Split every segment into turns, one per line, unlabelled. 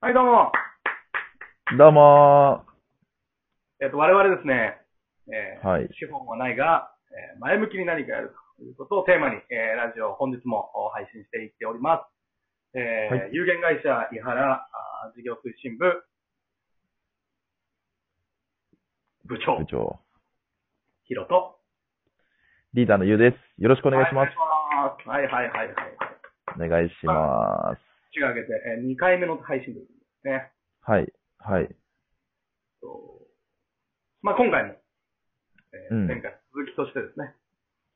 はい、どうも。
どうも
えっ、と、我々ですね、えー
はい
資本はないが、えー前向きに何かやるということをテーマに、えーラジオを本日もお配信していっております。えー
は
有限会社井原あー事業推進部部
ー、
長
部、長。
ヒロと、
リーダーのゆうです。よろしくお願いします。
はい、お願いします。はい、はい、はい、はい。
お願いします。
口が上げて、え2回目の配信ですね。
はい、はい、
とまあ、今回も、えー
うん
前回の続きとしてですね、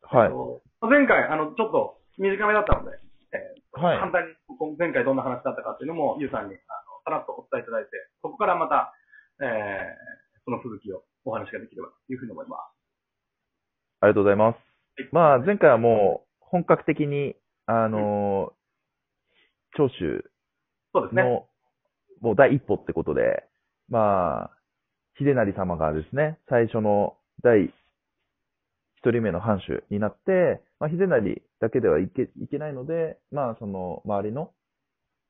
はい、
と前回、あの、ちょっと短めだったので、えー
はい
簡単にこう前回どんな話だったかっていうのも、ゆうさんにあのさらっとお伝えいただいて、そこからまた、えーその続きをお話ができればというふうに思いま
ありがとうございま
は
す
い。
まあ、前回はもう本格的に、あのー長州
す。そうですね。
の、もう第一歩ってことで、まあ、秀成様がですね、最初の第一人目の藩主になって、まあ、秀成だけではいけいけないので、まあ、その周りの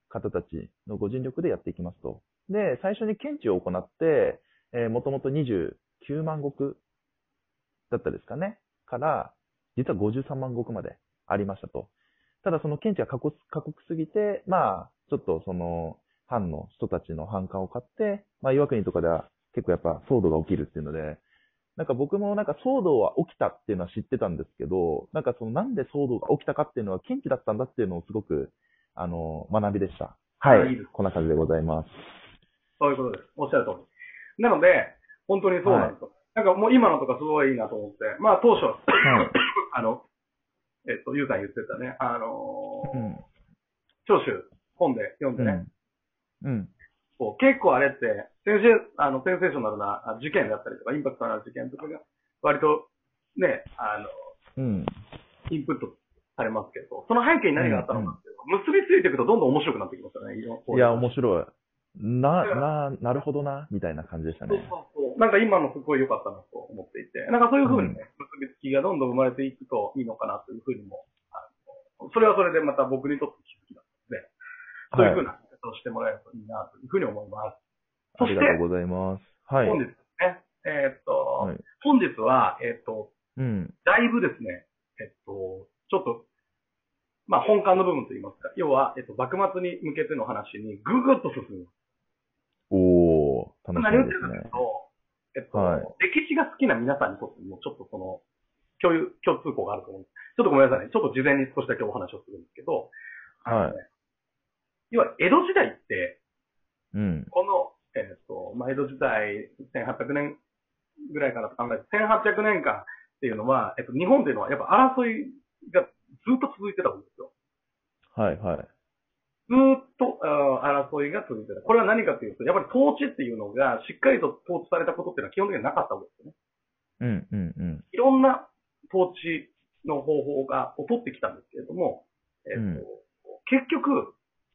方たちのご尽力でやっていきますと。で、最初に検知を行って、えもともと29万石だったですかね、から、実は53万石までありましたと。ただその検知が過酷過酷すぎて、まあ、ちょっとその、藩の人たちの反感を買って、まあ、岩国とかでは結構やっぱ騒動が起きるっていうので、なんか僕もなんか騒動は起きたっていうのは知ってたんですけど、なんかそのなんで騒動が起きたかっていうのは検知だったんだっていうのをすごく、あの、学びでした。はい
いいです。
こんな感じでございます。
そういうことです。おっしゃる通り。なので、本当にそうなんですよ。なんかもう今のとかすごいいいなと思って、まあ当初、
はい。
あの、えっと、ゆうさん言ってたね、あのー
うん
長州、本で読んでね、
うん。うん。
こう結構あれって、センセあのセンセーショナルなあ事件だったりとか、インパクトのある事件とかが、割とね、あの、
うん。
インプットされますけど、その背景に何があったのかっていうのが結びついていくとどんどん面白くなってきますよね。いろんなこう
いや、面白い。な、な、なるほどな、みたいな感じでしたね。
そうそうそう。なんか今のすごい良かったなと思っていて、なんかそういう風にね、結びつきがどんどん生まれていくといいのかなという風にも、あのそれはそれでまた僕にとって気づきだったので、そういう風な見方をしてもらえるといいなという風に思います。
あ
そし
りが
て、
とうございます。はい。
本日ですね、えーっと、
はい
本日は、えーっと、
うん。
だいぶですね、えっと、ちょっと、まあ、本館の部分といいますか、要は、えっと、幕末に向けての話にぐぐっと進む。
おー、楽し
何を言
み
ってるかというと、え
ですね。
っと、
はい
歴史が好きな皆さんにとっても、ちょっとその、共有、共通項があると思うんです。ちょっとごめんなさいね。ちょっと事前に少しだけお話をするんですけど、あ
はい
のね要は、江戸時代って、
うん。
この、えっ、と、まあ、江戸時代1800年ぐらいからと考えて、1800年間っていうのは、えっと、日本っていうのはやっぱ争いがずっと続いてたんですよ。
はい、はい。
ずーっとあー争いが続いてた。これは何かというと、やっぱり統治っていうのがしっかりと統治されたことっていうのは基本的にはなかったわけですよね。
うん、うん、うん。
いろんな統治の方法がを取ってきたんですけれども、えっ、と、
うん
結局、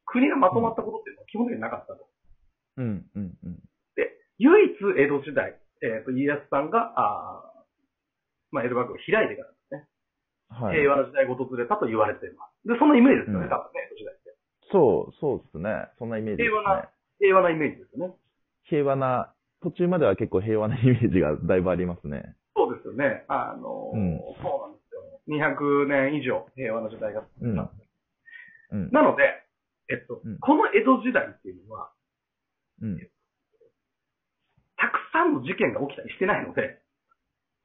国がまとまったことっていうのは基本的になかったと。
うん、うん、うん。
唯一江戸時代、えー、と家康さんが、あーまあ、江戸幕府を開いてからですね、
はい。
平和な時代が訪れたと言われています。で、そのイメージですよね、
うん
多分ね、江戸時代って。
そう、そうですね。そんなイメージで
平
す
和な。
ね
平和なイメージですよね。
平和な、途中までは結構平和なイメージがだいぶありますね。
そうですよね。あのー
うん
そうなんですよ。200年以上平和な時代が続いた、
うん。
なので、えっと、
うん
この江戸時代っていうのは、
うん。
たくさんの事件が起きたりしてないので、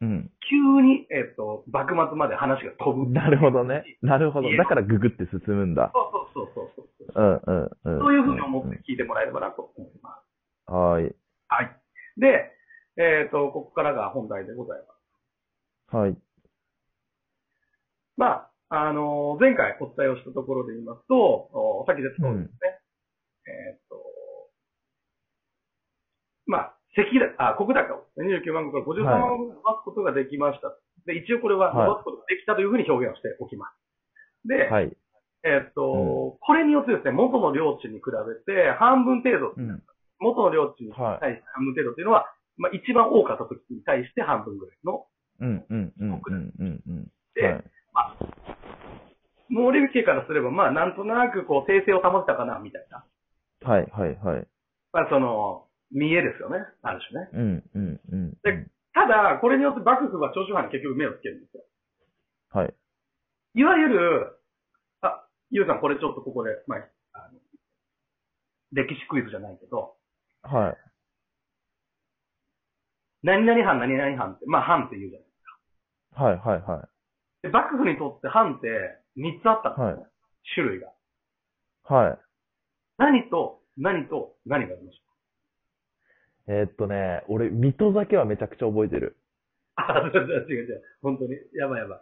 うん。
急に、えっと、幕末まで話が飛ぶ。
なるほどね。なるほど。だからググって進むんだ。
そうそうそうそうそう。
うん、うん、うん。
そういうふうに思って聞いてもらえればなと思います。
うん。はい。
はい。で、えっ、と、ここからが本題でございます。
はい。
まあ、あの前回お伝えをしたところで言いますと、お先ですとですね、えっ、と、まあ、石だあ国高をですね29万石から53万石を伸ばすことができました。で、一応これは
はい
伸ばすことができたというふうに表現をしておきます。で、
はい。
えっ、と、これによってですね、元の領地に比べて半分程度、
うん。
元の領地に
は
対して半分程度というのは、まあ、一番多かった時に対して半分ぐらいの
い。うん、うん、うん、うん、うん、うん。
で、
はい
毛利家からすれば、まあ、なんとなく、こう、訂正を保てたかな、みたいな。
はい、はい、はい。
まあ、その、見栄ですよね。ある種ね。
うん、うん、うん。
で
うん
ただ、これによって幕府は長州藩に結局目をつけるんですよ。
はい。
いわゆる、あ、ゆうさん、これちょっとここで、まあ、あの歴史クイズじゃないけど、
はい。
何々藩、何々藩って、まあ、藩って言うじゃない。
はい、はい、は
で、幕府にとって藩って3つあったんですよね、種類が。
い。はい。
何と、何と、何がありまし
えーっとね、俺、水戸だけはめちゃくちゃ覚えてる。
たあ、違う違う違う。本当に。やばいやばい。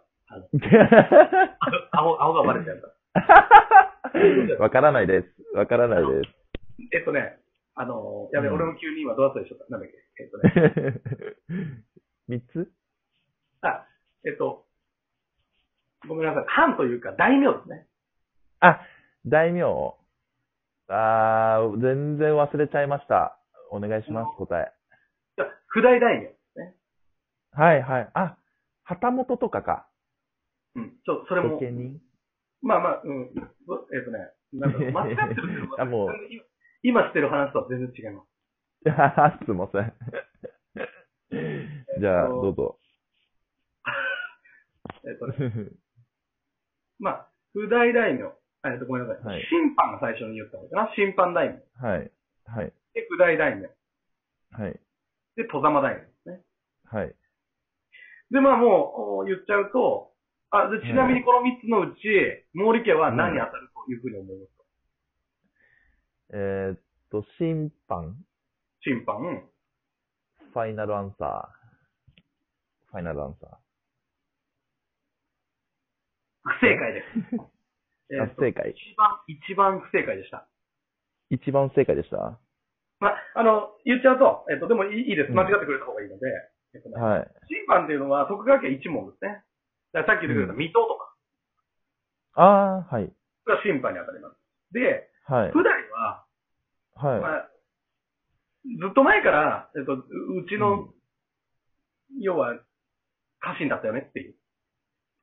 青、青がバレちゃ った。
わからないです。わからないで
えっとね、あのー、やべ、
うん
俺も急に今どうだったでしょうか。なんだっけ。えっとね、
す。3つ
あ、えっと、ごめんなさい。藩というか、大名ですね。
大名。あー、全然忘れちゃいました。お願いします、答え。
じゃあ不大大名ですね。
はいはい。あ、旗本とかか。
うん。ちょ、それ
御
も
家、人
まあまあ、うん。どえっとね、なん か間違ってるけど
あもう
今してる話とは全然違います。
いやすいません。じゃあ、どうぞ。
えっとね、まあ、不大大名。あえっと、ごめんなさい。
はい
審判が最初に言ったのかな。審判大名。
はい。はい。
で、不大大名。
はい。
で、戸様大名ですね。
はい。
で、まあもう、お言っちゃうと、あ、でちなみにこの3つのうち、毛利家は何に当たるというふうに思いますか、
えーっと、審判、
審判。
ファイナルアンサー。ファイナルアンサー。
不正解 です。
あ
っ
不
と
正解。
一番、一番不正解でした。
一番不正解でしたは
まあ、あの、言っちゃうと、えっと、でもいいいいです。
うん
間違ってくれた方がいいので、えっとね、
い。
審判っていうのは徳川家一門ですね。だからさっき言ってくれた
う
水戸とか
ああ、はい。
が審判に当たります。で、
はい。
普段は、
は
まあ、ずっと前から、えっと、ううち
い。う
の
ん、
要は、家臣だったよねっていう。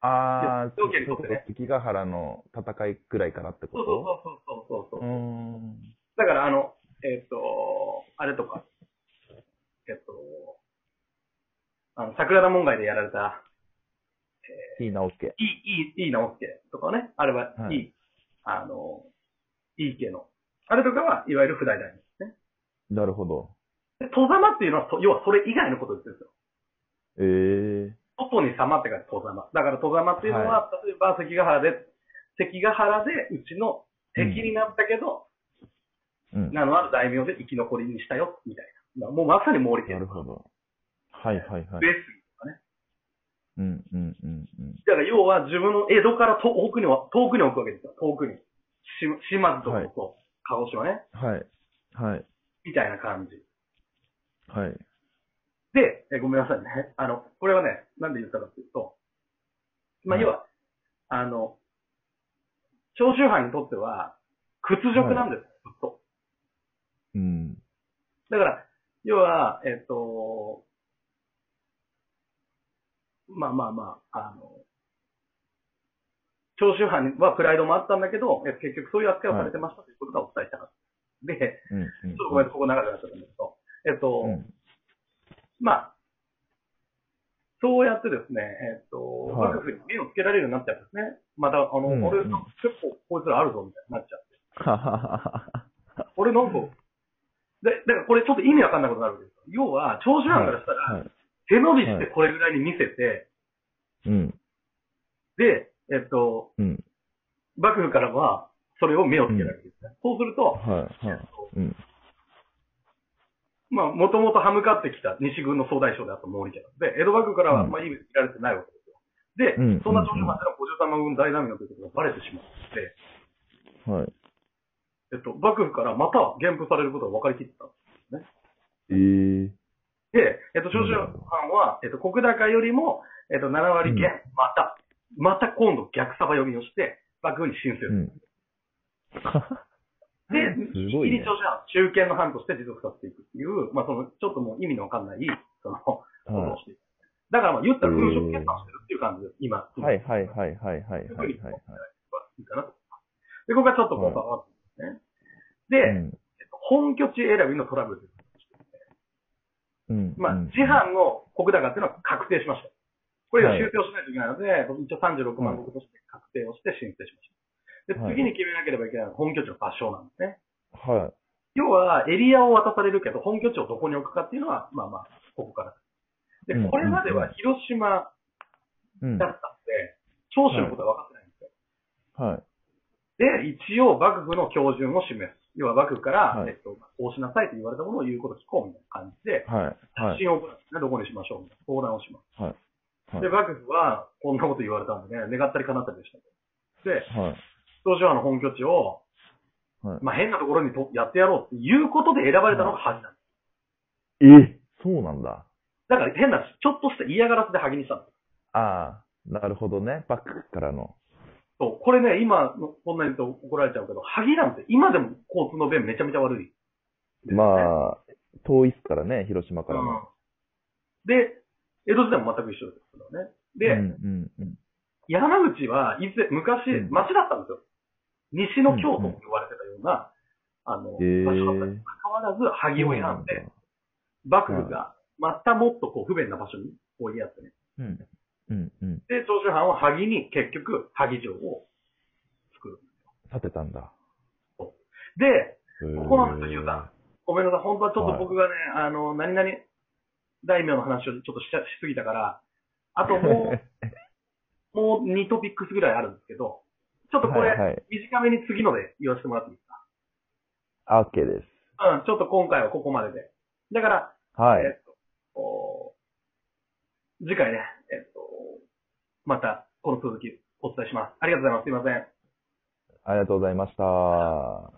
ああ、
条件にとってね
そういうこと関ヶ原の戦いくらいからって
そ
こ
う
と
そうそうそうそうそう
う。ーん。
だから、あの、えっ、と、あれとか、えっ、と、あの、桜田門外でやられた、
いい直輔。
いい、いい、いい直輔とかね、あれは、
はい
い、いあの、いい系の。あれとかは、いわゆる不代大名ですね。
なるほど。
で、戸様っていうのは、と要はそれ以外のことですよ。
ええ
外に様って書いて戸様。だから戸様っていうのは、例えば関ヶ原で、関ヶ原でうちの敵になったけど、
うん。
名のある大名で生き残りにしたよ、みたいな。もうまさに毛利家
なる
の
ほど。はいはいはい
ベ。ース。
うんうんうんうん。
だから要は自分の江戸から遠くには、遠くに置くわけですよ。遠くに。し島津と
はい
こ鹿児島ね。
はい。はい。
みたいな感じ。
はい。
で、えごめんなさいね。 あの、これはね、なんで言ったかっていうと、まあ、
はい
要は、あの、長州藩にとっては、屈辱なんです、ずっと。
うん。
だから、要は、えっ、と、まあまあまあ、あの、長州藩はプライドもあったんだけど、え結局そういう扱いをされてましたということがお伝えしたかった。で、
うん。
ちょっとごめんなさい、ここ長くなっちゃったんですけど、えっ、と、
うん。うん
まあ、そうやってですね、えっ、と、
はい
幕府に目をつけられるようになっちゃうんですね。また、あの、
うん
俺
うん
の、結構こいつらあるぞ、みたいになっちゃって。
はははは。
俺なんか、で、だからこれちょっと意味わかんないことになるんですよ。要は、長州藩からしたら、
はい。
手伸びしてこれぐらいに見せて、
うん。
で、えっと、
うん。
幕府からは、それを目をつけられるんですね。そうすると、
はい。はい。うん。
まあ、もともと歯向かってきた西軍の総大将であった毛利家なので、江戸幕府からは、
うん
まあ、いい目つけられてないわけですよ。で、
うん
そんな長州藩での五十三万軍大難民のということがバレてしまって、
はい。
えっと、幕府からまた減封されることが分かりきってたんで
ええ
す。で、えっと、長州藩は、えっと、国高よりも、えっと、7割減、また、また今度逆サバ読みをして、幕府に申請す
う
る。
ん。
で、
すごい
一
ね
応じゃあ、中堅の班として持続させていくっていう、まあその、ちょっともう意味のわかんない、その、ことを
は
していく。だからまあ言ったら空食決算してるっていう感じです、今。
い。はいはいはいはいはいはいはいは
い
い。
いかなと。で、ここがちょっとこう、
は
ババッとね。で、
うん
本拠地選びのトラブルです。
うん。
まあ
うん、
次犯の国高っていうのは確定しました。これを修正をしないといけないので、一応36万国として確定をして申請しました。
はい
で、次に決めなければいけないのは本拠地の場所なんですね。
は
要は、エリアを渡されるけど、本拠地をどこに置くかっていうのは、まあまあ、ここから。で
うん、
これまでは広島
い。うん。
だった
は
んで、長州のことは分かってないんですよ。で、
い。
一応、幕府の標準を示す。要は、幕府から、
はい
えっと、こうしなさいと言われたものを言うこと聞こうみたいな感じで、
はい。は
発信
い。
を行うんですね。どこにしましょうみたいな相談をします。
はい
で、幕府は、こんなこと言われたんでね、願ったり叶ったりでしたけど。で、
はい。
東島の本拠地を、
はい
まあ変なところにとやってやろうっていうことで選ばれたのが萩なんです。
えそうなんだ。
だから変な、ちょっとした嫌がらせで萩にしたんです。
ああ、なるほどね。バックからの。
そう、これね、今の、こんなに言うと怒られちゃうけど、萩なんて今でも交通の便めちゃめちゃ悪い、あ、
まあ、遠いっすからね、広島
う
から
ん
の。。
で、江戸時代も全く一緒ですけどね。で、
うん、うん、うん。
山口は以前、昔
うん、
町だったんですよ。西の京都と呼ばれてたような、あの、
え
場所だったに
ー
も。かかわらず、萩を選んで、幕府が、またもっとこう不便な場所に追いやってね。
うん、うん、うん。
で、長州藩は萩に結局、萩城を作る。
立てたんだ。
で、
こ
ここなんですよ、雄太。ごめんなさい、本当はちょっと僕がね、あの、何々、大名の話をちょっとしちゃしすぎたから、あとも う、もう2トピックスぐらいあるんですけど、ちょっとこ
はいは
れ
い、
短めに次ので言わせてもらっていいです
あ OK です。
か、うん、ちょっと今回はここまでで。だから、
はい。
えっと、お次回ね、えっと、またこの続きお伝えします。ありがとうございます。すいません。
ありがとうございました。